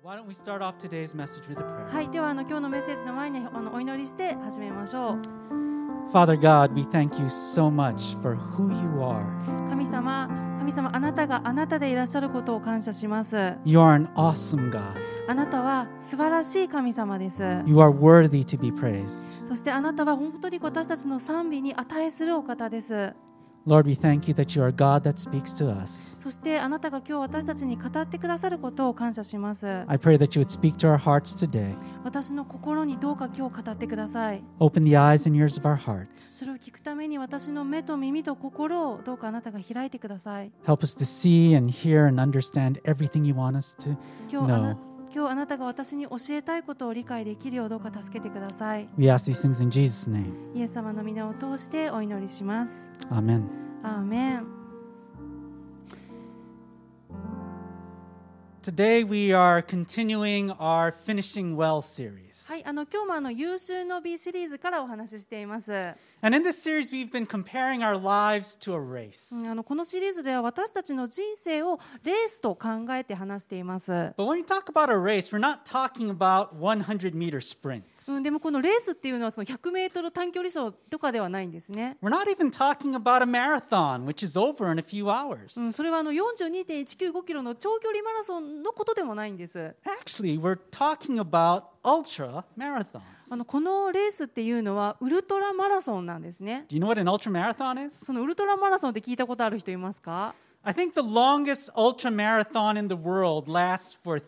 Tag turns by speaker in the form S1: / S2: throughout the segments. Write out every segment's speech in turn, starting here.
S1: Why don't we start off today's message with a prayer?
S2: はい、ではあの今日のメッセージの前にあのお祈りして始めましょう。
S1: Father God, we thank you so much for who you are.
S2: 神様、神様あなたがあなたでいらっしゃることを感謝します。あ
S1: You are an awesome God.
S2: なたは素晴らしい神様です。
S1: You are worthy to be praised.
S2: そしてあなたは本当に私たちの賛美に値するお方です。
S1: Lord, we thank you that you are a God that speaks to us.
S2: そしてあなたが今日私たちに語ってくださることを感謝します。
S1: I pray that you would speak to our hearts today.
S2: 私の心にどうか今日語ってください。
S1: Open the eyes and ears of our hearts.
S2: それを聞くために私の目と耳と心をどうかあなたが開いてください。
S1: Help us to see and hear and understand everything you want us to
S2: 今日あな
S1: No.
S2: 今日あなたが私に教えたいことを理解できるようどうか助けてください。
S1: We ask these things in Jesus' name.
S2: イエス様の皆を通してお祈りします。
S1: Amen.
S2: アーメン。
S1: Today we are continuing our Finishing Well series.
S2: はい、あの今日もあの優秀の美シリーズからお話ししています。う
S1: And in this series, we've been comparing our lives to a race.
S2: んあのこのシリーズでは私たちの人生をレースと考えて話しています。
S1: But when we talk about a race, we're not talking about 100 meter sprints.
S2: うん、でもこのレースっていうのはその100メートル短距離走とかではないんですね。
S1: We're not even talking about a marathon, which is over in a few hours.
S2: うん、それはあの42.195キロの長距離マラソンのことでもないんです。
S1: Actually, we're talking about ultra
S2: あ
S1: marathons.
S2: のこのレースっていうのはウルトラマラソンなんですね。
S1: Do you know what an ultra marathon is?
S2: そのウルトラマラソンって聞いたことある人いますか
S1: I think the longest ultra marathon in the world lasts for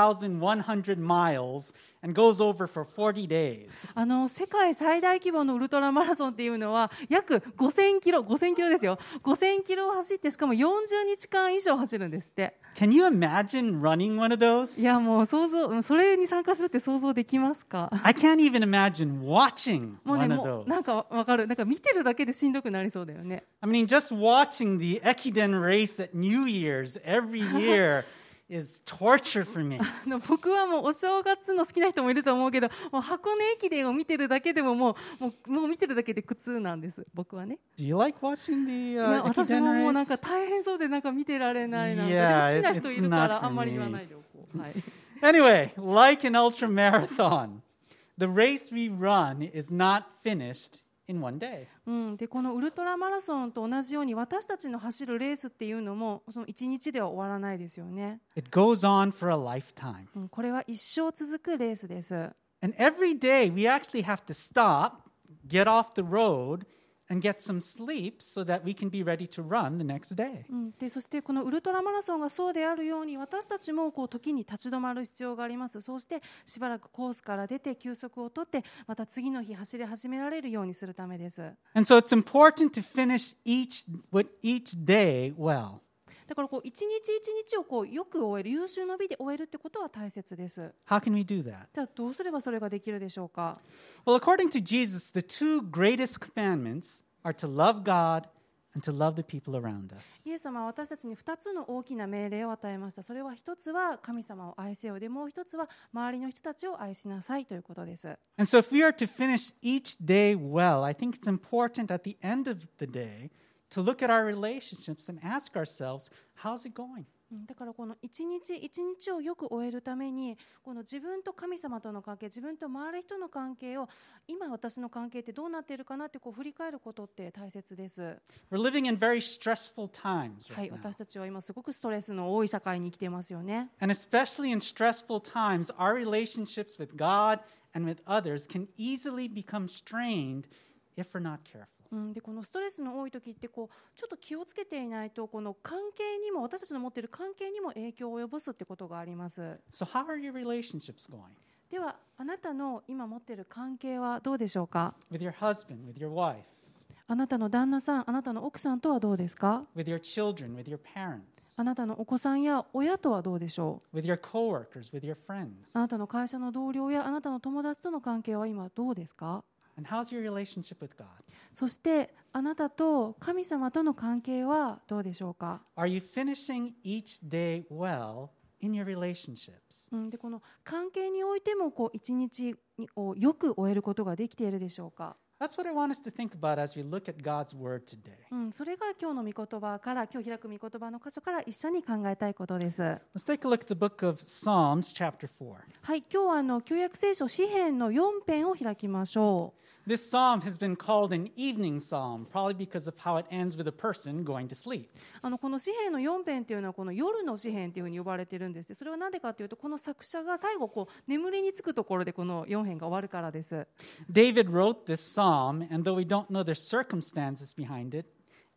S1: 3,100 miles and goes over for 40 days.
S2: あの世界最大規模のウルトラマラソンっていうのは約5000キロ5000キロですよ5000キロを走ってしかも40日間以上走るんですって
S1: Can you imagine running one of those?
S2: いやもう想像うんそれに参加するって想像できますか
S1: I can't even imagine watching
S2: もうね
S1: one of
S2: も
S1: those.
S2: うなんかわかるなんか見てるだけでしんどくなりそうだよね
S1: I mean, just watching the Ekiden race at New Year's every year is torture for me.
S2: あの僕はもうお正月の好きな人もいると思うけどもう箱根駅伝を見てるだけでももうもうもう見てるだけで苦痛なんです僕はね
S1: Do you like watching
S2: い
S1: the
S2: や
S1: uh,
S2: 私ももうなん
S1: Ekiden
S2: か
S1: race?
S2: 大変そうでなんか見てられないなんか
S1: Yeah,
S2: でも好きな
S1: it's
S2: 人いるか
S1: not for
S2: ら
S1: me.
S2: あんまり言わないでおこう、はい
S1: Anyway, like an ultra marathon, the race we run is not finished in one day.
S2: うん、でこのウルトラマラソンと同じように私たちの走るレースっていうのもその1日では終わらないですよね、
S1: It goes on for a lifetime.
S2: うん、これは一生続くレースです、
S1: And every day we actually have to stop, get off the road, and get some sleep so that we can be ready to run the next day.
S2: うん、でそしてこのウルトラマラソンがそうであるように私たちもこう時に立ち止まる必要がありますそうしてしばらくコースから出て休息をとってまた次の日走り始められるようにするためです
S1: And so it's important to finish each with each day well.
S2: だからこう一日一日をこうよく終える優秀の美で終えるってことは大切です。
S1: How can we do that?
S2: じゃあどうすればそれができるでしょうか。
S1: Well, according to Jesus, the two greatest commandments are to love God and to love the people around us.
S2: イエス様は私たちに2つの大きな命令を与えました。それは1つは神様を愛せよでもう1つは周りの人たちを愛しなさいということです。
S1: And so if we are to finish each day well, I think it's important at the end of the day to look at our relationships and ask ourselves, how's it going?
S2: うんだからこの一日一日をよく終えるためにこの自分と神様との関係自分と周り人の関係を今私の関係ってどうなっているかなってこう振り返ることって大切です。
S1: We're living in very stressful times
S2: はい
S1: right now.
S2: 私たちは今すごくストレスの多い社会に生きてますよね。
S1: And especially in stressful times, our relationships with God and with others can easily become strained if we're not careful.
S2: うん、でこのストレスの多い時ってこうちょっと気をつけていないとこの関係にも私たちの持っている関係にも影響を及ぼすってことがあります。
S1: So, how are your relationships going?
S2: ではあなたの今持っている関係はどうでしょうか。
S1: With your husband, with your wife,
S2: あなたの旦那さん、あなたの奥さんとはどうですか。
S1: with your children, with your parents,
S2: あなたのお子さんや親とはどうでしょ
S1: with your coworkers, with your friends?
S2: う。あなたの会社の同僚やあなたの友達との関係は今どうですか。
S1: And how's your relationship with God?
S2: そしてあなたと神様との関係はどうでしょうか。
S1: Are you finishing each day well in your relationships?
S2: うん、でこの関係においてもこう一日をよく終えることができているでしょうか。
S1: That's what I want us to think about as we look at God's word today.
S2: うん、それが今日の御言葉から今日開く御言葉の箇所から一緒に考えたいことです。は
S1: Let's take a look at the book of Psalms, chapter 4.
S2: い、今日はあの旧約聖書詩篇の4編を開きましょう。
S1: This psalm has been called an evening psalm, probably because of how it ends with a person going to sleep.
S2: あのこの詩篇の4編っていうのはこの夜の詩篇っていうふうに呼ばれてるんですってそれは何でかっていうとこの作者が最後こう眠りにつくところでこの4編が終わるからです。
S1: David wrote this psalm, and though we don't know the circumstances behind it,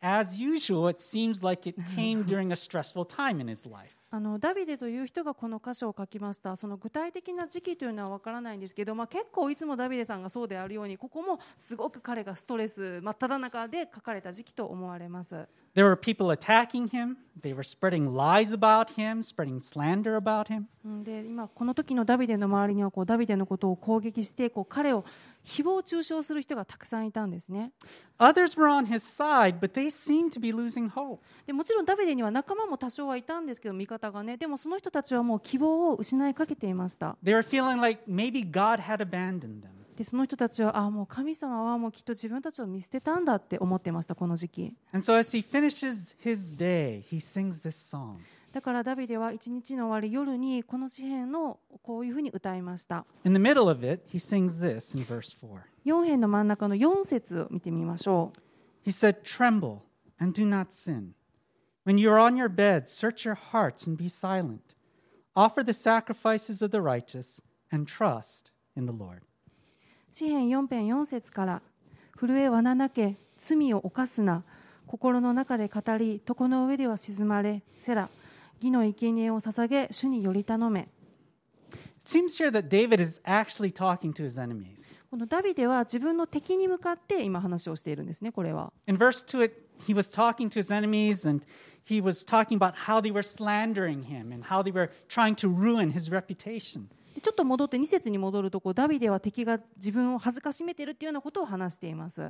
S1: as usual, it seems like it came during a stressful time in his life.
S2: あのダビデという人がこの箇所を書きましたその具体的な時期というのは分からないんですけど、まあ、結構いつもダビデさんがそうであるようにここもすごく彼がストレス真っ只中で書かれた時期と思われます。
S1: There were people attacking him, they were spreading lies about him, spreading slander about him.
S2: うんで今この時のダビデの周りにはこうダビデのことを攻撃してこう彼を誹謗中傷する人がたくさんいたんですね
S1: Others were on his side, but they seemed to be losing hope.
S2: でもちろんダビデには仲間も多少はいたんですけど味方がねでもその人たちはもう希望を失いかけていました
S1: They were feeling like maybe God had abandoned them.
S2: でその人たちはああもう神様はもうきっと自分たちを見捨てたんだって思ってましたこの時期
S1: And so, as he finishes his day, he sings this song.
S2: だからダビデは一日の終わり夜にこの詩篇のこういうふうに歌いました
S1: In the middle of it, he sings this in verse 4.
S2: 4編の真ん中の4節を見てみましょう
S1: He said, Tremble and do not sin. When you are on your bed, search your hearts and be silent. Offer the sacrifices of the righteous and trust in the Lord.
S2: 詩篇4編4節から「震えわななけ罪を犯すな心の中で語り床の上では沈まれセラ義の生贄を捧げ主により頼め」
S1: It seems here that David is actually talking to his enemies.
S2: このダビデは自分の敵に向かって今話をしているんですねこれは
S1: In verse 2, it, he was talking to his enemies and he was talking about how they were slandering him and how they were trying to ruin his reputation.
S2: でちょっと戻って2節に戻るとこうダビデは敵が自分を恥ずかしめてるっていうようなことを話しています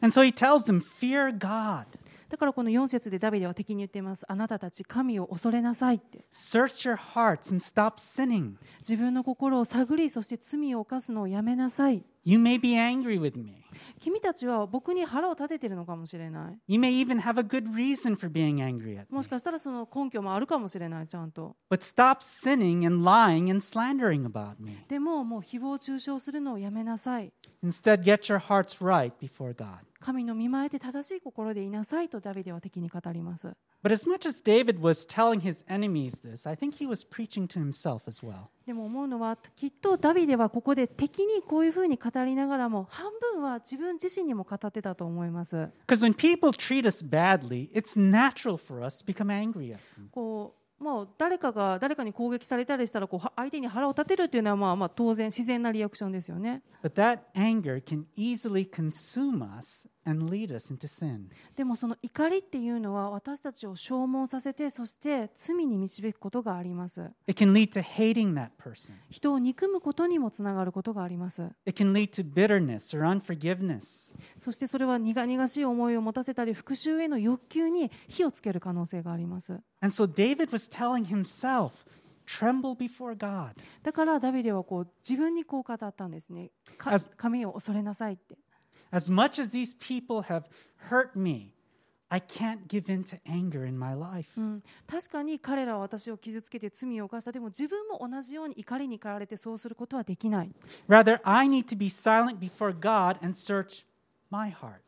S1: And so he tells them, Fear God,
S2: だからこの4節でダビデは敵に言っていますあなたたち神を恐れなさいって
S1: search your hearts and stop sinning.
S2: 自分の心を探りそして罪を犯すのをやめなさい
S1: You may be angry with me.
S2: 君たちは僕に腹を立ててるのかもしれない
S1: You may even have a good reason for being angry at me.
S2: もしかしたらその根拠もあるかもしれないちゃんと
S1: But stop sinning and lying and slandering about me.
S2: でももう誹謗中傷するのをやめなさい
S1: Instead, get your hearts right before God.
S2: 神の見前で正しい心でいなさいとダビデは敵に語ります
S1: But as much as David was telling his enemies this, I think he was preaching to himself as well.
S2: でも思うのはきっとダビデはここで敵にこういうふうに語りながらも半分は自分自身にも語ってたと思います
S1: Because when people treat us badly, it's natural for us to become angry at them.
S2: こうもう誰かが誰かに攻撃されたりしたらこうは相手に腹を立てるっていうのはまあまあ当然自然なリアクションですよね
S1: But that anger can easily consume us and lead us into sin.
S2: でもその怒りっていうのは私たちを消耗させてそして罪に導くことがあります
S1: It can lead to hating that person.
S2: 人を憎むことにもつながることがあります
S1: It can lead to bitterness or unforgiveness.
S2: そしてそれは苦々しい思いを持たせたり復讐への欲求に火をつける可能性があります
S1: And so David was telling himself, tremble before God.
S2: だからダビデはこう自分にこう語ったんですねか
S1: あす
S2: 神を恐れなさいって
S1: As much as these people have hurt me, I can't give in to anger in my life.
S2: うん確かに彼らは私を傷つけて罪を犯したでも自分も同じように怒りに駆られてそうすることはできない
S1: Rather, I need to be silent before God and search my heart.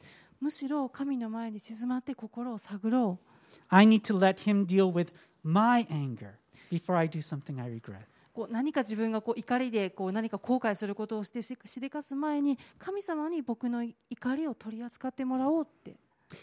S2: むしろ神の前に静まって心を探ろう
S1: I need to let Him deal with my anger before I do something I regret.
S2: こう何か自分がこう怒りでこう何か後悔することをしてししでかす前に神様に僕の怒りを取り扱ってもらおうって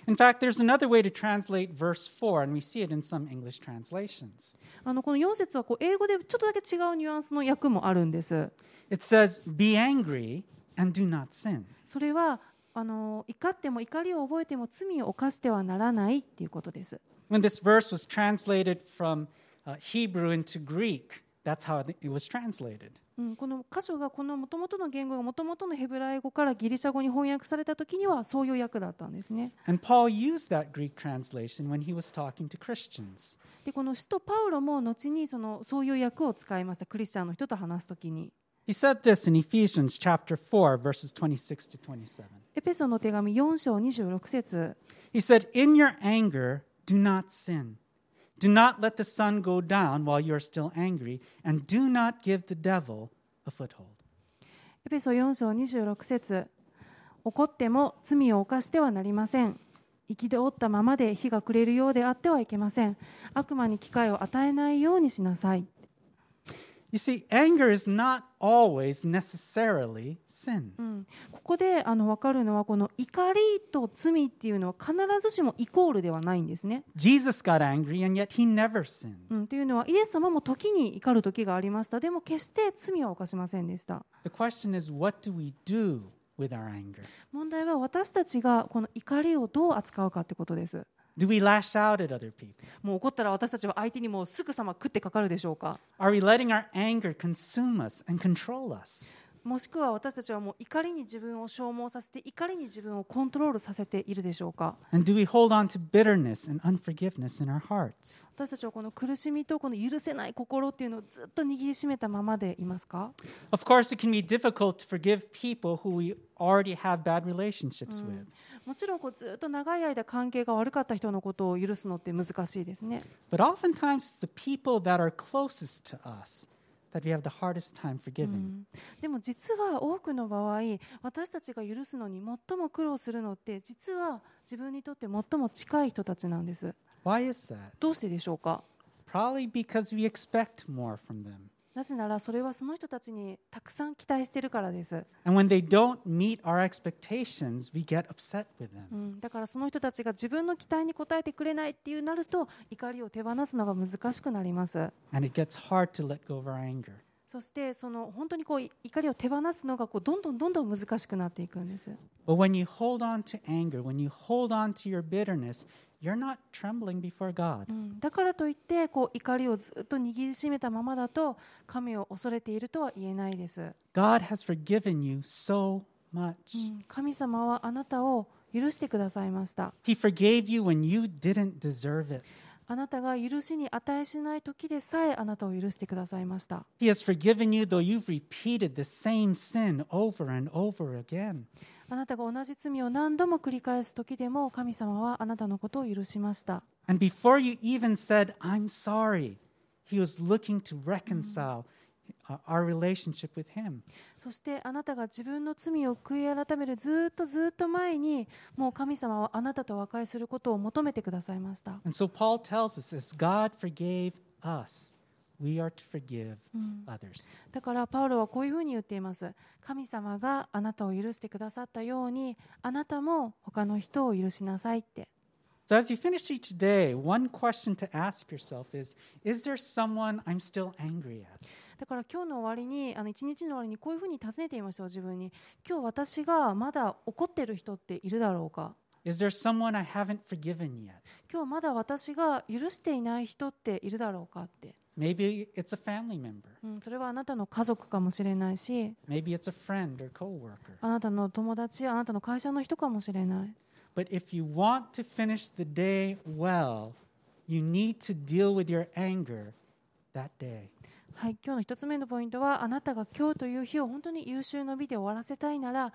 S1: In fact, there's another way to translate verse 4, and we see it in some English translations.
S2: あのこの4節はこう英語でちょっとだけ違うニュアンスの訳もあるんです。
S1: It says, Be angry and do not sin.
S2: それはあの怒っても怒りを覚えても罪を犯してはならないっていうことです。
S1: When this verse was translated from uh, Hebrew into Greek, that's how it was translated.
S2: うん、この箇所がこの元々の言語が元々のヘブライ語からギリシャ語に翻訳された時にはそういう訳だったんですね。
S1: And Paul used that Greek translation when he was talking to Christians.
S2: でこの使徒パウロも後にそのそういう訳を使いましたクリスチャンの人と話す時に。
S1: He said this in Ephesians chapter 4, verses 26 to 27.
S2: エペソの手紙4章26節
S1: He said, In your anger, do not sin. Do not let the sun go down while you are still angry, and do not give the devil a foothold.
S2: エペソ4章26節怒っても罪を犯してはなりません憤ったままで火が暮れるようであってはいけません悪魔に機会を与えないようにしなさい
S1: You see, anger is not always necessarily sin.
S2: うん、ここであの分かるのはこの怒りと罪っていうのは必ずしもイコールではないんですね。
S1: Jesus got angry, and yet he never sinned.
S2: うん、というのはイエス様も時に怒る時がありましたでも決して罪は犯しませんでした。
S1: The question is, what do we do with our anger?
S2: 問題は私たちがこの怒りをどう扱うかってことです。
S1: Do we lash out at other people?
S2: もう怒ったら私たちは相手にもうすぐさま食ってかかるでしょうか
S1: Are we letting our anger consume us and control us?
S2: もしくは私たちはもう怒りに自分を消耗させて怒りに自分をコントロールさせているでしょうか
S1: And do we hold on to bitterness and unforgiveness in our hearts?
S2: 私たちはこの苦しみとこの許せない心っていうのをずっと握りしめたままでいますか
S1: Of course, it can be difficult to forgive people who we already have bad relationships with.
S2: もちろんこうずっと長い間関係が悪かった人のことを許すのって難しいですね
S1: But oftentimes, it's the people that are closest to us that we have the hardest time forgiving.
S2: でも実は多くの場合私たちが許すのに最も苦労するのって実は自分にとって最も近い人たちなんです
S1: Why is that?
S2: どうしてでしょうか
S1: Probably because we expect more from them.
S2: なぜならそれはその人たちにたくさん期待してるからです、
S1: And when they don't meet our expectations, we get upset with them.
S2: うん、だからその人たちが自分の期待に応えてくれないっていうなると怒りを手放すのが難しくなります
S1: And it gets hard to let go of our anger.
S2: そしてその本当にこうい怒りを手放すのがこうどんどんどんどん難しくなっていくんです
S1: But when you hold on to anger, when you hold on to your bitterness, you're not trembling before God.
S2: うんだからといってこう怒りをずっと握りしめたままだと神を恐れているとは言えないです、
S1: God has forgiven you so much.
S2: うん神様はあなたを許してくださいました
S1: He forgave you when you didn't deserve it.
S2: あなたが許しに値しない時でさえあなたを許してくださいました
S1: He has forgiven you though you've repeated the same sin over and over again.
S2: あなたが同じ罪を何度も繰り返す時でも神様はあなたのことを許しました
S1: And before you even said, I'm sorry, He was looking to reconcile uh, our relationship with Him.
S2: そしてあなたが自分の罪を悔い改めるずっとずっと前にもう神様はあなたと和解することを求めてくださいました
S1: And so Paul tells us as God forgave us, we are to forgive others.
S2: だからパウロはこういうふうに言っています神様があなたを許してくださったようにあなたも他の人を許しなさいって
S1: So, as you finish each day, one question to ask yourself is Is there someone I'm still angry at?
S2: だから今日の終わりにあの一日の終わりにこういうふうに尋ねてみましょう自分に今日私がまだ怒ってる人っているだろうか
S1: Is there someone I haven't forgiven yet?
S2: 今日まだ私が許していない人っているだろうかって、
S1: Maybe it's a family member,
S2: うん、それはあなたの家族かもしれないし
S1: maybe it's a friend or coworker.
S2: あなたの友達あなたの会社の人かもしれない
S1: But if you want to finish the day well, you need to deal with your anger that day.
S2: はい、今日の一つ目のポイントはあなたが今日という日を本当に優秀の美で終わらせたいなら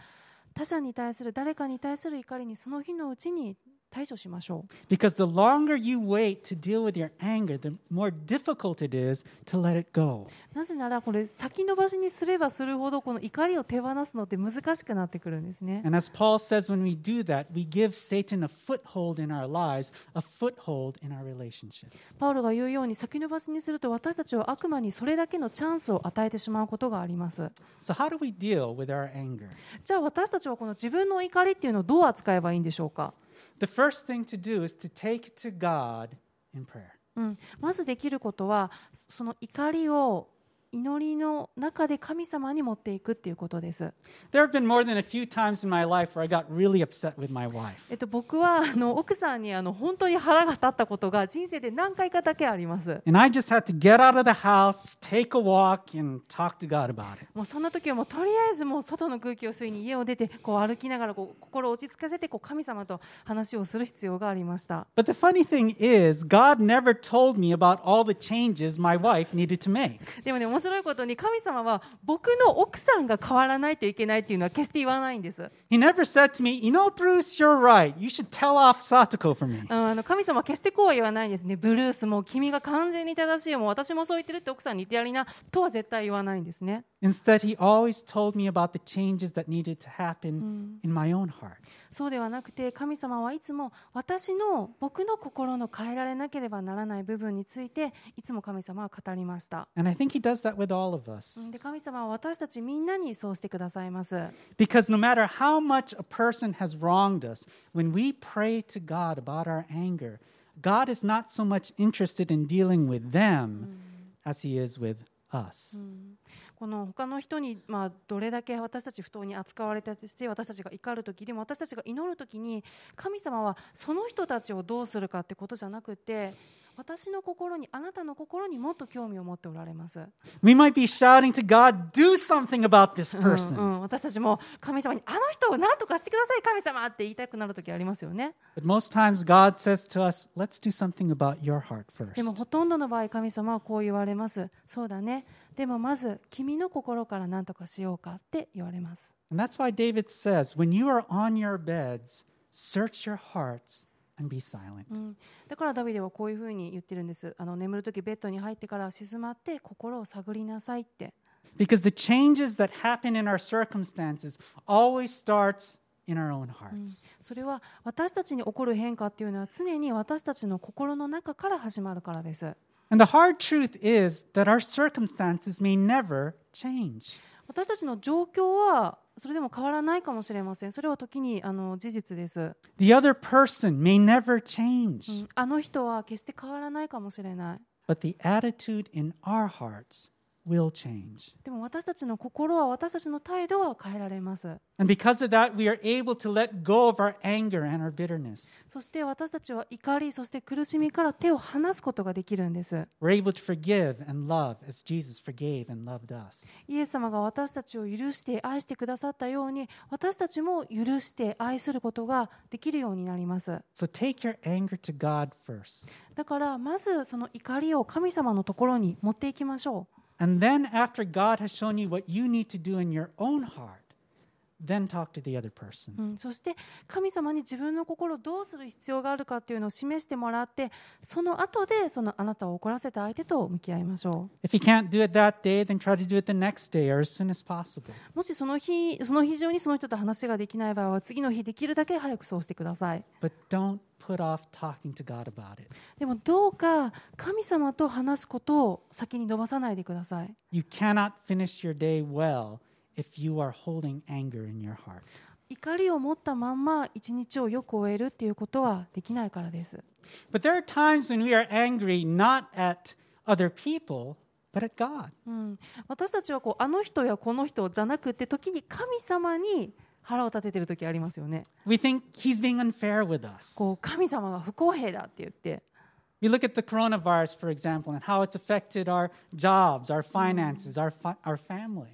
S2: 他者に対する誰かに対する怒りにその日のうちに対処しましょ
S1: Because the longer you wait to deal with your anger, the more difficult it is to let it go.
S2: うなぜならこれ先延ばしにすればするほどこの怒りを手放すのって難しくなってくるんですね
S1: And as Paul says, when we do that, we give Satan a foothold in our lives, a foothold in our relationships.
S2: パウロが言うように先延ばしにすると私たちは悪魔にそれだけのチャンスを与えてしまうことがあります
S1: So, how do we deal with our anger?
S2: じゃあ私たちはこの自分の怒りっていうのをどう扱えばいいんでしょうか
S1: The first thing to do is to take it to God in prayer.
S2: うん、まずできることはそその怒りを祈りの中で神様に持っていくっていうことです、
S1: There have been more than a few times in my life where I got really upset with my wife.
S2: えっと、僕はあの奥さんにあの本当に腹が立ったことが人生で何回かだけあります
S1: And I just had to get out of the house, take a walk, and talk to God about it.
S2: もうそんな時はもうとりあえずもう外の空気を吸いに家を出てこう歩きながらこう心を落ち着かせてこう神様と話をする必要がありました
S1: But the funny thing is, God never told me about all the changes my wife needed to make.
S2: でもね面面白いことに神様は僕の奥さんが変わらないといけないっていうのは決して言わないんです
S1: He never said to me, You know, Bruce, you're right. You should tell off Satoko for me.
S2: あの神様は決してこうは言わないんですねブルースもう君が完全に正しいよもう私もそう言ってるって奥さんに言ってやりなとは絶対言わないんですね
S1: Instead, he always told me about the changes that needed to happen in my own heart.
S2: そうではなくて神様はいつも私の僕の心の変えられなければならない部分についていつも神様は語りました
S1: And I think he does that with all of us.
S2: で神様は私たちみんなにそうしてくださいます
S1: Because no matter how much a person has wronged us, when we pray to God about our anger, God is not so much interested in dealing with them as he is with us.
S2: この他の人に、まあ、どれだけ私たち不当に扱われたとして私たちが怒る時でも私たちが祈る時に神様はその人たちをどうするかってことじゃなくて私の心にあなたの心にもっと興味を持っておられます、
S1: We might be shouting to God, do something about this
S2: うん
S1: person.
S2: うん私たちも神様にあの人を何とかしてください神様って言いたくなる時ありますよね
S1: But most times God says to us, let's do something about your heart first.
S2: でもほとんどの場合神様はこう言われますそうだねでもまず君の心から何とかしようかって言われます
S1: And that's why David says, when you are on your beds, search your hearts and be silent.
S2: うんだからダビデはこういうふうに言ってるんですあの眠る時ベッドに入ってから静まって心を探りなさいって
S1: Because the changes that happen in our circumstances always starts in our own hearts.
S2: それは私たちに起こる変化っていうのは常に私たちの心の中から始まるからです
S1: And the hard truth is that our circumstances may never change.
S2: 私たちの状況はそれでも変わらないかもしれませんそれは時にあの事実です、
S1: The other person may never change.
S2: うんあの人は決して変わらないかもしれない
S1: But the attitude in our hearts will change.
S2: でも私たちの心は私たちの態度は変えられます
S1: And because of that, we are able to let go of our anger and our bitterness.
S2: そして私たちは怒りそして苦しみから手を離すことができるんです
S1: We're able to forgive and love as Jesus forgave and loved us.
S2: イエス様が私たちを許して愛してくださったように私たちも許して愛することができるようになります
S1: So take your anger to God first.
S2: だからまずその怒りを神様のところに持っていきましょ
S1: And then, after God has shown you what you need to do in your own heart, then talk to the other
S2: う、
S1: person.
S2: うん、そして神様に自分の心をどうする必要があるかっていうのを示してもらってその後でそのあなたを怒らせた相手と向き合いましょ
S1: If you can't do it that day, then try to do it the next day or as soon as possible.
S2: うもしその日その日中にその人と話ができない場合は次の日できるだけ早くそうしてください
S1: But don't put off talking to God about it.
S2: でもどうか神様と話すことを先に伸ばさないでください
S1: You cannot finish your day well if you are holding anger in your heart.
S2: 怒りを持ったまんま一日をよく終えるっていうことはできないからです、
S1: But there are times when we are angry not at other people, but at God.
S2: うん、私たちはこうあの人やこの人じゃなくて時に神様に腹を立ててる時ありますよね
S1: We think He's being unfair with us.
S2: こう神様が不公平だって言って、
S1: We look at the coronavirus, for example, and how it's affected our jobs, our finances, our, fi- our family.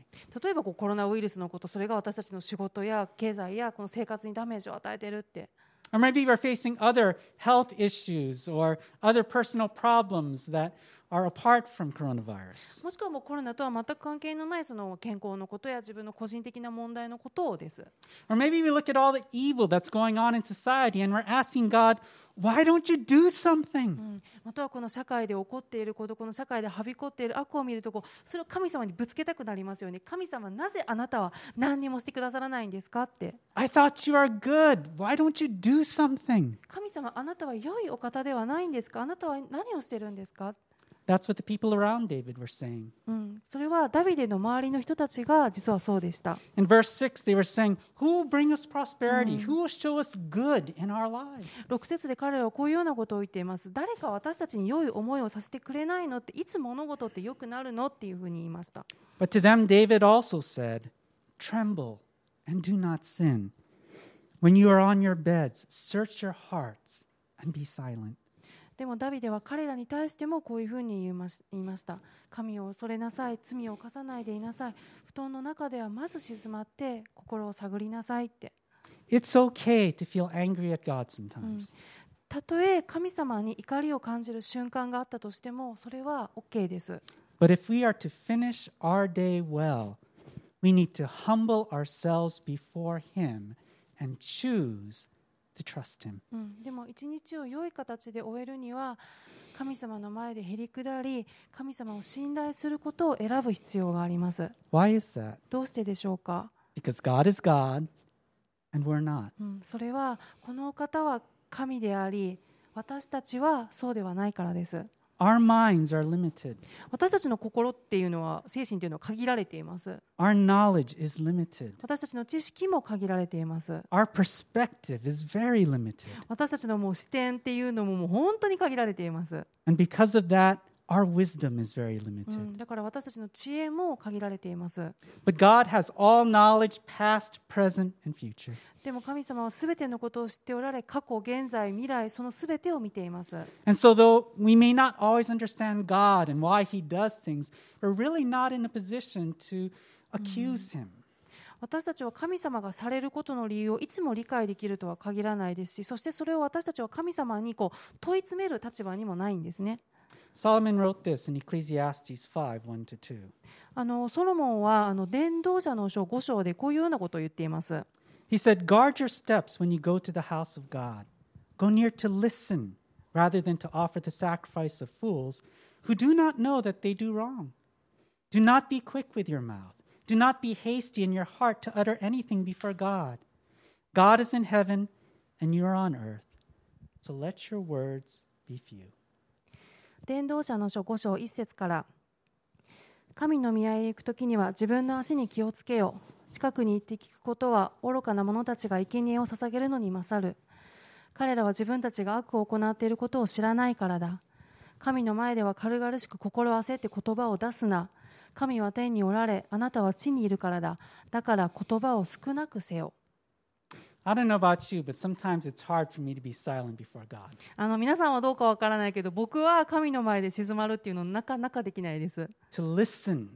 S2: 例えばこうコロナウイルスのことそれが私たちの仕事や経済やこの生活にダメージを与えてるって
S1: Or maybe we're facing other health issues or other personal problems that are apart from coronavirus.
S2: もしくはもうコロナとは全く関係のないその健康のことや自分の個人的な問題のことをです
S1: Or maybe we look at all the evil that's going on in society and we're asking God, why don't you do something?
S2: うんまたはこの社会で起こっていることこの社会ではびこっている悪を見るとこうそれを神様にぶつけたくなりますよね神様なぜあなたは何にもしてくださらないんですかって。
S1: I thought you are good. Why don't you do something?
S2: 神様あなたは良いお方ではないんですかあなたは何をしてるんですか、
S1: That's what the people around David were saying.
S2: うん、それはダビデの周りの人たちが実はそうでした、
S1: In verse 6, they were saying, Who will bring us prosperity? Who will show us good in our lives?
S2: 6節で彼らはこういうようなことを言っています誰か私たちに良い思いをさせてくれないのっていつ物事って良くなるのっていうふうに言いました
S1: But to them, David also said, Tremble and do not sin. When you are on your beds, search your hearts and be silent.
S2: でもダビデは彼らに対してもこういうふうに言いまし言いました神を恐れなさい罪を犯さないでいなさい布団の中ではまず静まって心を探りなさいって
S1: It's okay to feel angry at God sometimes.
S2: たとえ神様に怒りを感じる瞬間があったとしてもそれは OK です
S1: But if we are to finish our day well, we need to humble ourselves before Him and choose to trust Him.
S2: うん、でも一日を良い形で終えるには神様の前でへり下り神様を信頼することを選ぶ必要があります
S1: Why is that?
S2: どうしてでしょうか、
S1: Because God is God and we're not.
S2: うん、それはこのお方は神であり私たちはそうではないからです
S1: Our minds are limited,
S2: 私たちの心っていうのは精神っていうのは限られています
S1: our knowledge is limited,
S2: 私たちの知識も限られています
S1: our perspective is very limited.
S2: 私たちのもう視点っていうのももう本当に限られています、
S1: And because of that, our wisdom is very
S2: う
S1: limited.
S2: ん、だから私たちの知恵も限られています
S1: But God has all knowledge, past, present, and future.
S2: でも神様はすべてのことを知っておられ過去現在未来そのすべてを見ています
S1: And so, though we may not always understand God and why He does things, we're really not in a position to accuse Him.
S2: 私たちは神様がされることの理由をいつも理解できるとは限らないですしそしてそれを私たちは神様にこう問い詰める立場にもないんですね
S1: Solomon wrote this in Ecclesiastes 5 1 to 2.
S2: あのソロモンはあの伝道者の書5章でこういうようなことを言っています
S1: He said, Guard your steps when you go to the house of God. Go near to listen rather than to offer the sacrifice of fools who do not know that they do wrong. Do not be quick with your mouth. Do not be hasty in your heart to utter anything before God. God is in heaven and you are on earth. So let your words be few.
S2: 伝道者の書5章1節から神の宮へ行くときには自分の足に気をつけよ近くに行って聞くことは愚かな者たちが生贄を捧げるのに勝る彼らは自分たちが悪を行っていることを知らないからだ神の前では軽々しく心を焦って言葉を出すな神は天におられあなたは地にいるからだだから言葉を少なくせよ
S1: I don't know about you, but sometimes it's hard for me to be silent before God.
S2: あの皆さんはどうかわからないけど僕は神の前で静まるっていうのなかなかできないです
S1: To listen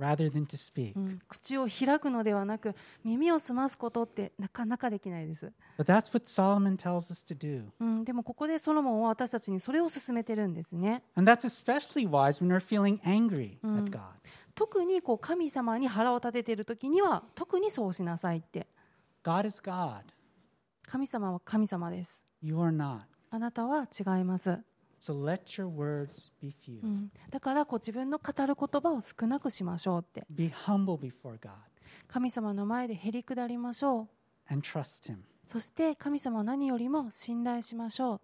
S1: rather than to speak.
S2: うん口を開くのではなく耳を澄ますことってなかなかできないです、
S1: But that's what Solomon tells us to do.
S2: うん、でもここでソロモンは私たちにそれを勧めてるんですね
S1: And that's especially wise when we're feeling angry at God.
S2: 特にこう神様に腹を立てている時には特にそうしなさいって
S1: God is God.
S2: 神様は神様です
S1: You are not.
S2: あなたは違います、
S1: So let your words be few.
S2: うん、だからこう自分の語る言葉を少なくしましょうって
S1: Be humble before God
S2: 神様の前でへり下りましょう
S1: and trust Him.
S2: そして神様を何よりも信頼しましょう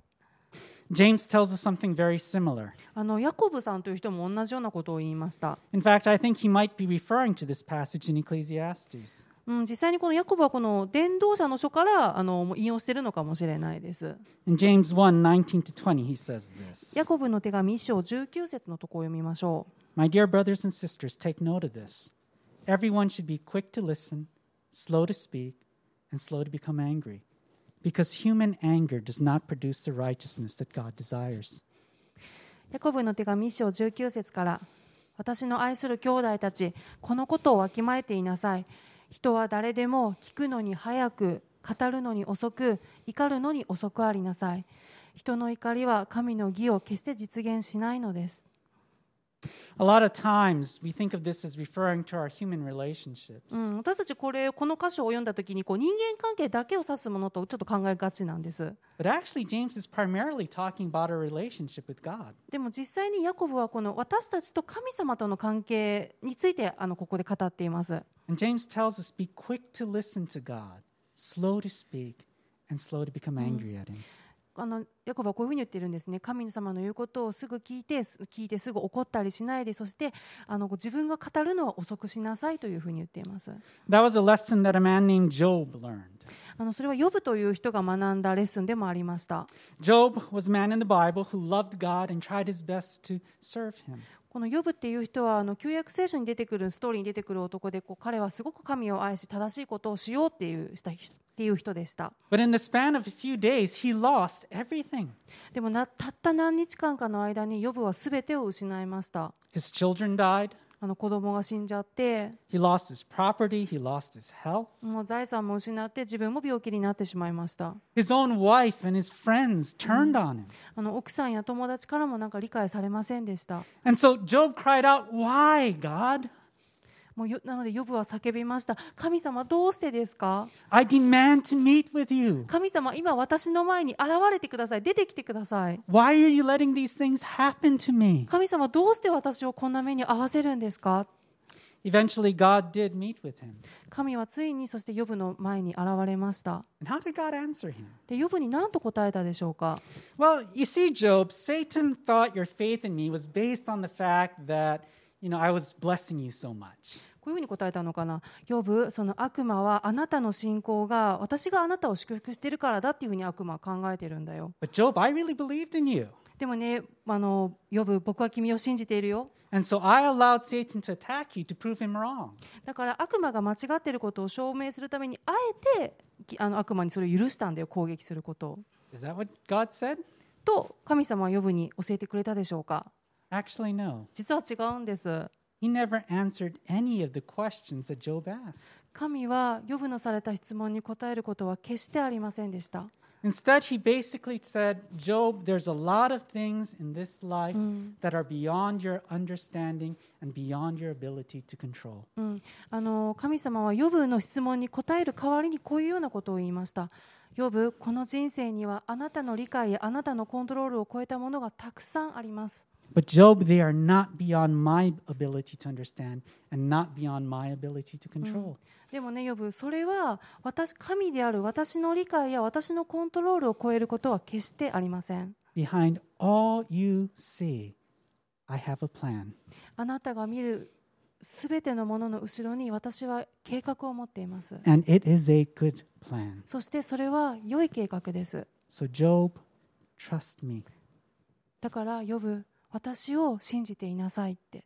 S1: James tells us something very similar.
S2: あのヤコブさんという人も同じようなことを言いました
S1: In fact, I think he might be referring to this passage in Ecclesiastes.
S2: うん、実際にこのヤコブはこの伝道者の書からあのもう引用してるのかもしれないです。
S1: In James 1 19 to 20, he says this
S2: ヤコブの手紙1章19節のとこを読みましょ
S1: My dear brothers and sisters, take note of this. Everyone should be quick to listen, slow to speak, and slow to become angry, because human anger does not produce the righteousness that God desires.
S2: う。ヤコブの手紙1章19節から私の愛する兄弟たち、このことをわきまえていなさい。人は誰でも聞くのに早く、語るのに遅く、怒るのに遅くありなさい。人の怒りは神の義を決して実現しないのです。
S1: A lot of times we think of this as referring to our human relationships,
S2: うん、私たちこれこの箇所を読んだ時にこう人間関係だけを指すものとちょっと考えがちなんです。
S1: but actually, James is primarily talking about our relationship with God.
S2: でも実際にヤコブはこの私たちと神様との関係についてあのここで語っています。
S1: And James tells us be quick to listen to God, slow to speak, and slow to become angry at Him.
S2: あのヤコブはこういうふうに言っているんですね。神様の言うことをすぐ聞いてす聞いてすぐ怒ったりしないで、そしてあの自分が語るのは遅くしなさいというふうに言っています。
S1: That was a lesson that a man named Job learned.
S2: あのそれはヨブという人が学んだレッスンでもありました。
S1: Job was a man in the Bible who loved God and tried his best to serve him.
S2: このヨブっていう人はあの旧約聖書に出てくるストーリーに出てくる男でこう彼はすごく神を愛し正しいことをしようっていうしたっていう人でした。
S1: But in the span of a few days, he lost everything.
S2: でもなたった何日間かの間にヨブはすべてを失いました。
S1: His children died,
S2: あの子供が死んじゃって
S1: He lost his property, he lost his health.
S2: もう財産も失って自分も病気になってしまいました
S1: His own wife and his friends turned on him.
S2: あの奥さんや友達からもなんか理解されませんでした
S1: And so Job cried out, Why, God?
S2: もうよなのでヨブは叫びました神様どうしてですか
S1: I demand to meet with you.
S2: 神様今私の前に現れてください出てきてください
S1: Why are you letting these things happen to me?
S2: 神様どうして私をこんな目に遭わせるんですか
S1: Eventually, God did meet with him.
S2: 神はついにそしてヨブの前に現れました
S1: And how did God answer him?
S2: でヨブに何と答えたでしょうか
S1: Well, you see, Job, Satan thought your faith in me was based on the fact that, you know, I was blessing you so much.
S2: こういうふうに答えたのかなヨブその悪魔はあなたの信仰が私があなたを祝福してるからだっていうふうに悪魔は考えてるんだよ
S1: But Job, I really believed in you.
S2: でもねあのヨブ僕は君を信じているよ
S1: And so I allowed Satan to attack you to prove him wrong.
S2: だから悪魔が間違ってることを証明するためにあえてきあの悪魔にそれを許したんだよ攻撃することを
S1: Is that what God said?
S2: と神様はヨブに教えてくれたでしょうか
S1: Actually, no.
S2: 実は違うんです。
S1: He never answered any of the questions that Job asked.
S2: 神はヨブのされた質問に答えることは決してありませんでした。
S1: Instead, he basically said, Job, there's a lot of things in this life that are beyond your understanding and beyond your ability to control.
S2: うん、あの神様はヨブの質問に答える代わりにこういうようなことを言いました。ヨブ、この人生にはあなたの理解やあなたのコントロールを超えたものがたくさんあります。
S1: But Job, they are not beyond my ability to understand and not beyond my ability to control.
S2: でもね、ヨブ、それは私神である私の理解や私のコントロールを超えることは決してありません。
S1: Behind all you see, I have a plan.
S2: あなたが見るすべてのものの後ろに私は計画を持っています。
S1: And it is a good plan.
S2: そしてそれは良い計画です。
S1: So, Job, trust me.
S2: だから、呼ぶ私を信じていなさいって。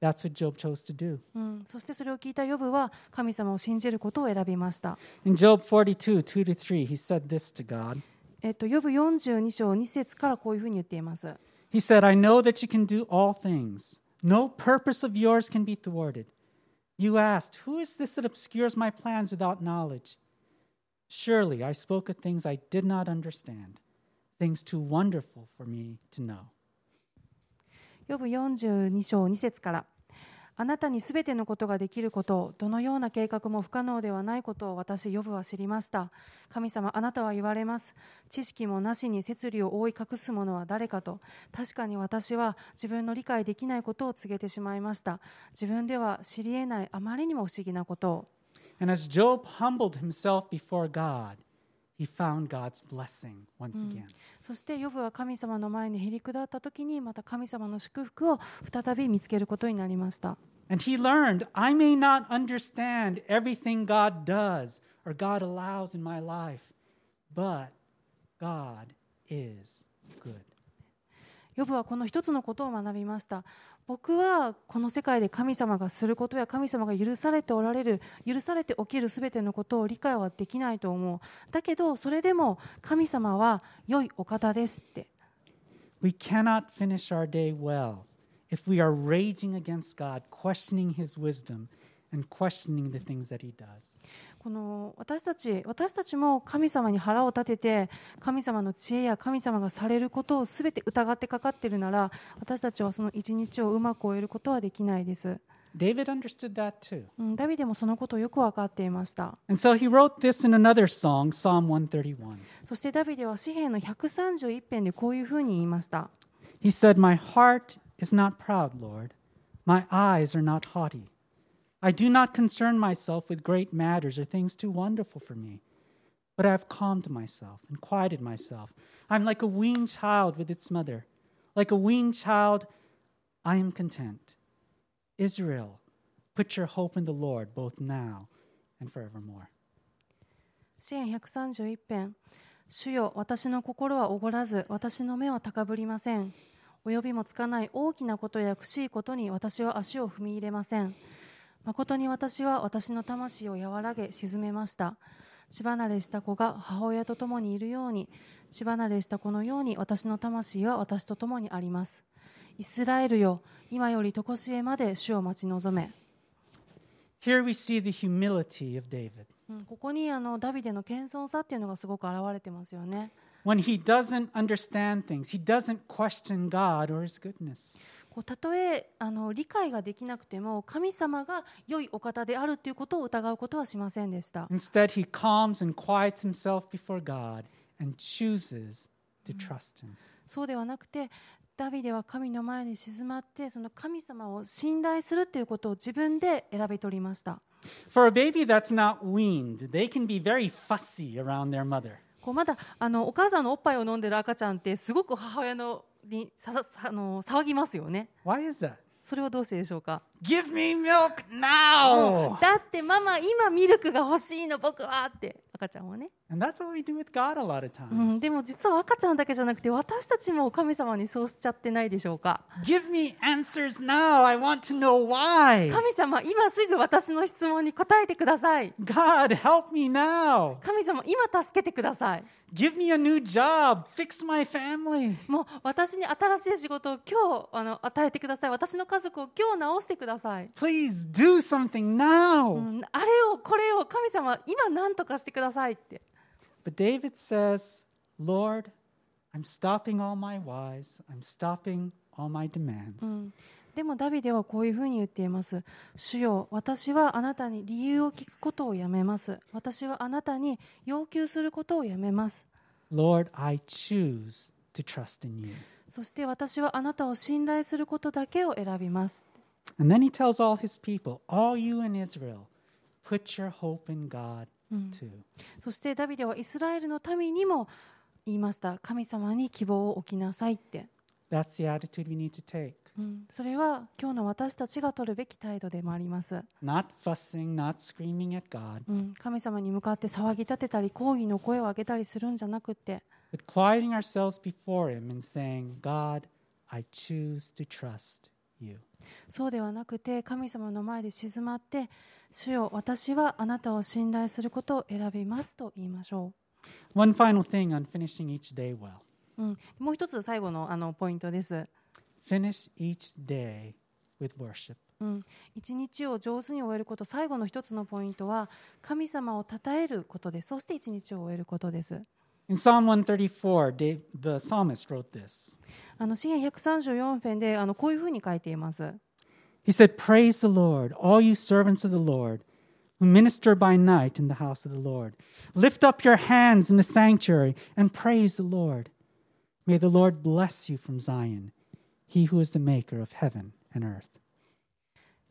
S1: That's what Job chose to do.
S2: うん、そしてそれを聞いた呼ぶは神様を信じることを選びました。
S1: In Job 42, 2 to 3, he said this to God
S2: えっと、呼ぶ42章2節からこういうふうに言っています。
S1: He said, I know that you can do all things. No purpose of yours can be thwarted. You asked, Who is this that obscures my plans without knowledge? Surely I spoke of things I did not understand, things too wonderful for me to know.
S2: ヨブ42章2節からあなたにすべてのことができることをどのような計画も不可能ではないことを私ヨブは知りました神様あなたは言われます知識もなしに摂理を覆い隠す者は誰かと確かに私は自分の理解できないことを告げてしまいました自分では知り得ないあまりにも不思議なことを
S1: And as Job humbled himself before God, he found God's blessing once again.
S2: そしてヨブは神様の前にへり下った時にまた神様の祝福を再び見つけることになりました
S1: And he learned, I may not understand everything God does or God allows in my life, but God is good.
S2: ヨブはこの一つのことを学びました僕はこの世界で神様がすることや神様が許されておられる許されて起きるすべてのことを理解はできないと思うだけどそれでも神様は良いお方ですって
S1: We cannot finish our day well if we are raging against God, questioning his wisdom, and questioning the things that he does.
S2: この私たち私たちも神様に腹を立てて神様の知恵や神様がされることをすべて疑ってかかってるなら私たちはその一日をうまく終えることはできないです、
S1: David understood that too.
S2: うん、ダビデもそのことをよく分かっていました
S1: And so he wrote this in another song, Psalm 131.
S2: そしてダビデは詩篇の131編でこういうふうに言いました。
S1: He said, My heart is not proud, Lord. My eyes are not haughty. I do not concern myself with great matters or things too wonderful for me. But I have calmed myself and quieted myself. I'm like a weaned child with its mother. Like a weaned child, I am content. Israel, put your hope in the Lord both now and forevermore.
S2: 詩篇131編主よ私の心はおごらず私の目は高ぶりません及びもつかない大きなことや苦しいことに私は足を踏み入れません誠に私は私の魂を和らげ沈めました血離れした子が母親と共にいるように血離れした子のように私の魂は私と共にありますイスラエルよ今より常しえまで主を待ち望め、
S1: Here we see the humility of David.
S2: うんここにあのダビデの謙遜さっていうのがすごく表れてますよね
S1: When he doesn't understand things, he doesn't question God or his goodness.
S2: こうたとえあの理解ができなくても神様が良いお方であるということを疑うことはしませんでした、
S1: Instead, he calms and quiets himself before God and chooses to trust him.
S2: そうではなくてダビデは神の前に静まってその神様を信頼するということを自分で選び取りました
S1: For a baby that's not weaned, they can be very fussy around their mother.
S2: こうまだあのお母さんのおっぱいを飲んでる赤ちゃんってすごく母親のにさささあの騒ぎますよね
S1: Why is that?
S2: それはどうしてでしょうか
S1: Give me milk now!
S2: だってママ今ミルクが欲しいの僕はって赤ちゃんはね、
S1: And that's what we do with God a lot of
S2: う
S1: times.
S2: ん、でも実は赤ちゃんだけじゃなくて私たちも神様にそうしちゃってないでしょうか
S1: Give me answers now. I want to know why.
S2: 神様今すぐ私の質問に答えてください
S1: God, help me now.
S2: 神様今助けてください
S1: Give me a new job. Fix my family.
S2: もう私に新しい仕事を今日あの与えてください私の家族を今日直してください
S1: Please do something now.
S2: うん、あれをこれを神様今何とかしてくださいって
S1: But David says, Lord, I'm stopping all my whys. I'm stopping all my demands.
S2: Mm. でもダビデはこういうふうに言っています主よ私はあなたに理由を聞くことをやめます私はあなたに要求することをやめます
S1: Lord, I choose to trust in you.
S2: そして私はあなたを信頼することだけを選びます
S1: And then he tells all his people, all you in Israel, put your hope in God too.
S2: そしてダビデはイスラエルの民にも言いました神様に希望を置きなさいって、
S1: That's the attitude we need to take.
S2: うんそれは今日の私たちが取るべき態度でもあります、
S1: Not fussing, not screaming at God,
S2: うん神様に向かって騒ぎ立てたり抗議の声を上げたりするんじゃなくって、
S1: but quieting ourselves before him and saying, God, I choose to trust you.
S2: そうではなくて神様の前で静まって主よ私はあなたを信頼することを選びますと言いましょ
S1: One final thing on finishing each day well
S2: う、うん、もう一つ最後のあのポイントです、
S1: finish each day with worship.
S2: うん、一日を上手に終えること最後の一つのポイントは神様を称えることですそして一日を終えることです
S1: In Psalm 134, Dave, the psalmist wrote this.
S2: あの詩篇134編であのこういうふうに書いています、
S1: He said, Praise the Lord, all you servants of the Lord who minister by night in the house of the Lord. Lift up your hands in the sanctuary and praise the Lord. May the Lord bless you from Zion, he who is the maker of heaven and earth.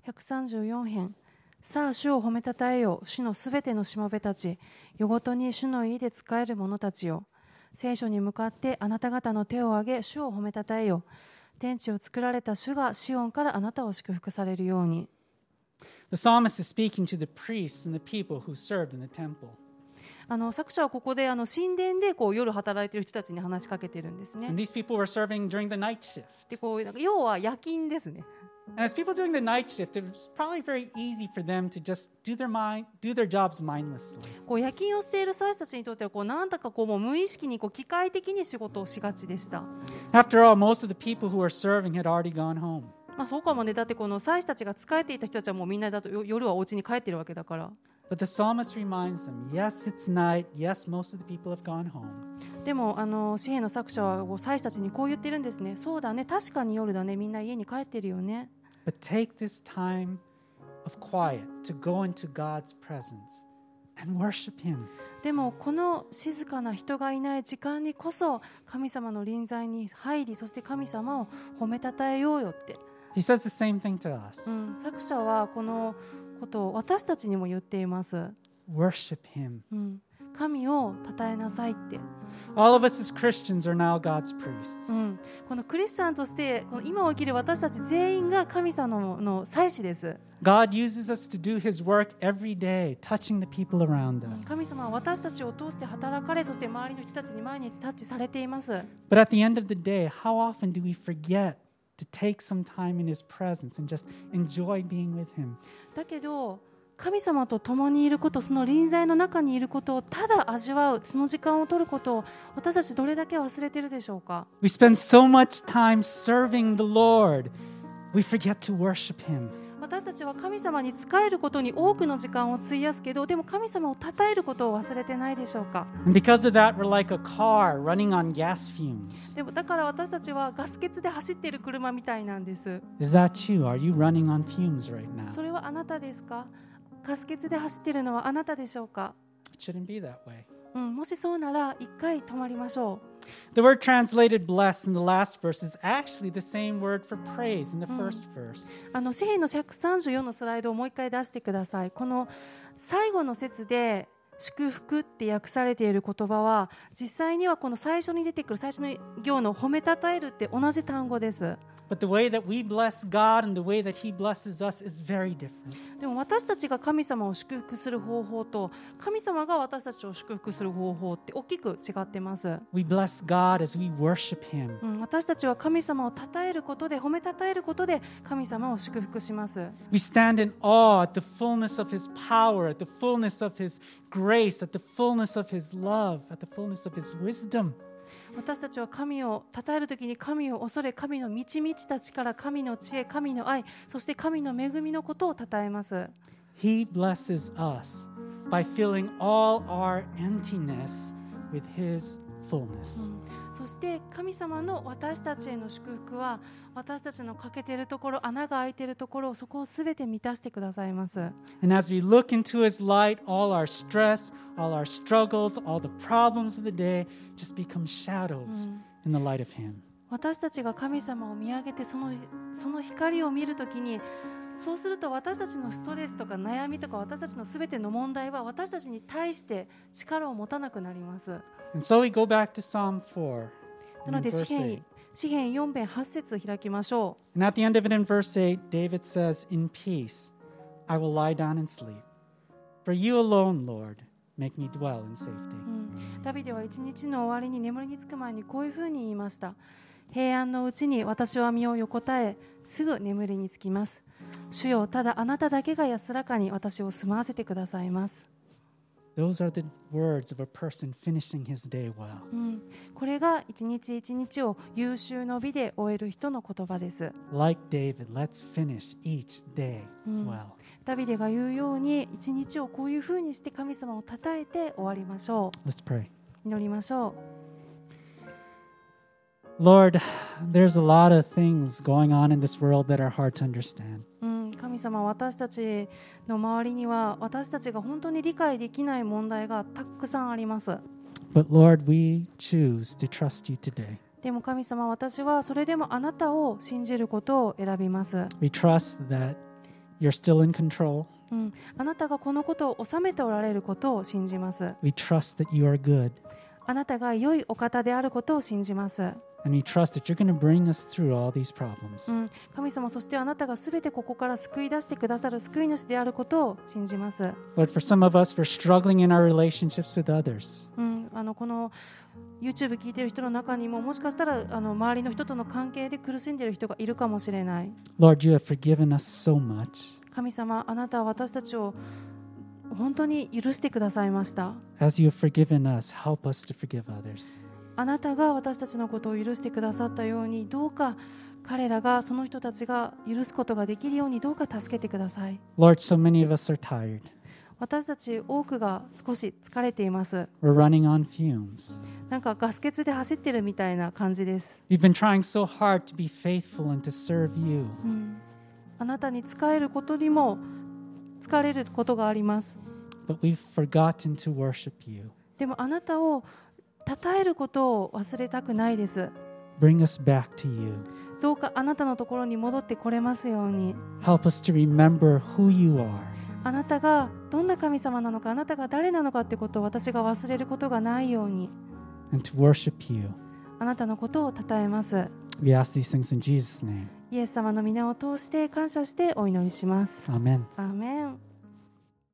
S2: 134編さあ主を褒めたたえよ主のすべてのしもべたち夜ごとに主の家で仕える者たちよ聖書に向かってあなた方の手を挙げ主を褒めたたえよ天地を作られた主がシオンからあなたを祝福されるように
S1: The psalmist is speaking to the priests and the people who served in the temple.
S2: あの作者はここであの神殿でこう夜働いてる人たちに話しかけてるんですね
S1: And。these people were serving during the night
S2: で
S1: shift.
S2: こうなんか要は夜勤ですね。
S1: And as people doing the night shift, it was probably very easy for them to just do their mind, do their jobs mindlessly.
S2: こう夜勤をしている祭司たちにとってはこうなんだかこうもう無意識にこう機械的に仕事をしがちでした。
S1: After all, most of the people who were serving had already gone home.
S2: まあそうかもねだってこの祭司たちが仕えていた人たちはもうみんなだとよ夜はお家に帰ってるわけだから
S1: But the psalmist reminds them, yes, it's night. Yes, most of the people have gone home.
S2: でもあの詩篇の作者はこう祭司たちにこう言ってるんですねそうだね確かに夜だねみんな家に帰ってるよね
S1: But take this time of quiet to go into God's presence and worship Him.
S2: でもこの静かな人がいない時間にこそ神様の臨在に入りそして神様を褒めたたえようよって、
S1: He says the same thing to us
S2: うん、作者はこのことを私たちにも言っています、
S1: worship Him.
S2: うん、神を称えなさいって、
S1: All of us as Christians are now God's priests.
S2: うん、このクリスチャンとしてこの今を生きる私たち全員が神様のの祭司です
S1: God uses us to do His work every day, touching the people around us.
S2: 神様は私たちを通して働かれそして周りの人たちに毎日タッチされています
S1: But at the end of the day, how often do we forget to take some time in His presence and just enjoy being with Him?
S2: だけど神様と共にいることその臨在の中にいることをただ味わうその時間を取ることを私たちどれだけ忘れてるでしょうか
S1: We spend so much time serving the Lord, we forget to worship Him.
S2: 私たちは神様に仕えることに多くの時間を費やすけどでも神様を称えることを忘れてないでしょうか
S1: And because of that, we're like a car running on gas fumes.
S2: でもだから私たちはガス欠で走っている車みたいなんです
S1: Is that you? Are you running on fumes right now?
S2: それはあなたですかガス欠で走っているのはあなたでしょうか、
S1: It shouldn't be that way.
S2: うん、もしそうなら一回止まりましょ
S1: The word translated blessed in the last verse is actually the same word for praise in the first verse.
S2: うあの詩篇の134のスライドをもう一回出してくださいこの最後の説で祝福って訳されている言葉は実際にはこの最初に出てくる最初の行の褒めたたえるって同じ単語です
S1: But the way that we bless God and the way that He blesses us is very different.
S2: でも私たちが神様を祝福する方法と神様が私たちを祝福する方法って大きく違ってます、
S1: We bless God as we worship Him.
S2: うん、私たちは神様を称えることで褒めたたえることで神様を祝福します
S1: We stand in awe at the fullness of His power, at the fullness of His grace, at the fullness of His love, at the fullness of His wisdom.
S2: 私たちは神を称える時に神を恐れ神の満ち満ちた力神の知恵神の愛そして神の恵みのことを称えます
S1: He blesses us by filling all our emptiness with His fullness.
S2: そして神様の私たちへの祝福は私たちの欠けているところ穴が開いているところそこを全て満たしてくださいます
S1: And as we look into His light, all our stress, all our struggles, all the problems of the day just become shadows in the light of Him.
S2: 私たちが神様を見上げてそのその光を見るときにそうすると私たちのストレスとか悩みとか私たちのすべての問題は私たちに対して力を持たなくなります
S1: And so we go back to Psalm 4. and
S2: なの
S1: in
S2: で
S1: verse
S2: 詩篇
S1: 8.
S2: 詩篇4編8節開きましょ
S1: And at the end of it in verse 8, David says, In peace I will lie down and sleep. For you alone, Lord, make me dwell in safety.
S2: う、うん、ダビデは一日の終わりに眠りにつく前にこういうふうに言いました平安のうちに私は身を横たえすぐ眠りにつきます主よただあなただけが安らかに私を住まわせてくださいます
S1: Those are the words of a person finishing his day well.
S2: うん、これが一日一日を優秀の美で終える人の言葉です。
S1: Like David, let's finish each day well.
S2: ダビデが言うように一日をこういうふうにして神様を称えて終わりましょ
S1: Let's pray.
S2: う祈りましょ
S1: Lord, there's a lot of things going on in this world that are hard to understand.
S2: う、うん、神様私たちの周りには私たちが本当に理解できない問題がたくさんあります。
S1: But Lord, we choose to trust you today.
S2: でも神様私はそれでもあなたを信じることを選びます、
S1: We trust that you're still in control.
S2: うん、あなたがこのことを収めておられることを信じます。
S1: We trust that you are good.
S2: あなたが良いお方であることを信じます。
S1: And we trust that you're going to bring us through all these problems.
S2: うん、神様そしてあなたがすべてここから救い出してくださる救い主であることを信じます、
S1: Lord, for some of us, we're struggling in our relationships with others.
S2: うん、あのこの YouTube 聞いてる人の中にももしかしたらあの周りの人との関係で苦しんでる人がいるかもしれない
S1: Lord, you have forgiven us so much.
S2: 神様あなたは私たちを本当に許してくださいました
S1: As you have forgiven us, help us to forgive others.
S2: あなたが私たちのことを許してくださったようにどうか彼らがその人たちが許すことができるようにどうか助けてください
S1: Lord, so many of us are tired.
S2: 私たち多くが少し疲れています
S1: We're running on fumes.
S2: なんかガス欠で走ってるみたいな感じです、
S1: We've been trying so hard to be faithful and to serve you.
S2: あなたに仕えることにも疲れることがあります
S1: but we've forgotten to worship you.
S2: でもあなたを称えることを忘れたくないです
S1: Bring us back to you.
S2: どうかあなたのところに戻ってこれますように
S1: Help us to remember who you are.
S2: あなたがどんな神様なのかあなたが誰なのかってことを私が忘れることがないように
S1: and to worship you.
S2: あなたのことを称えます
S1: We ask these things in Jesus' name.
S2: イエス様の皆を通して感謝してお祈りします
S1: Amen.
S2: アーメン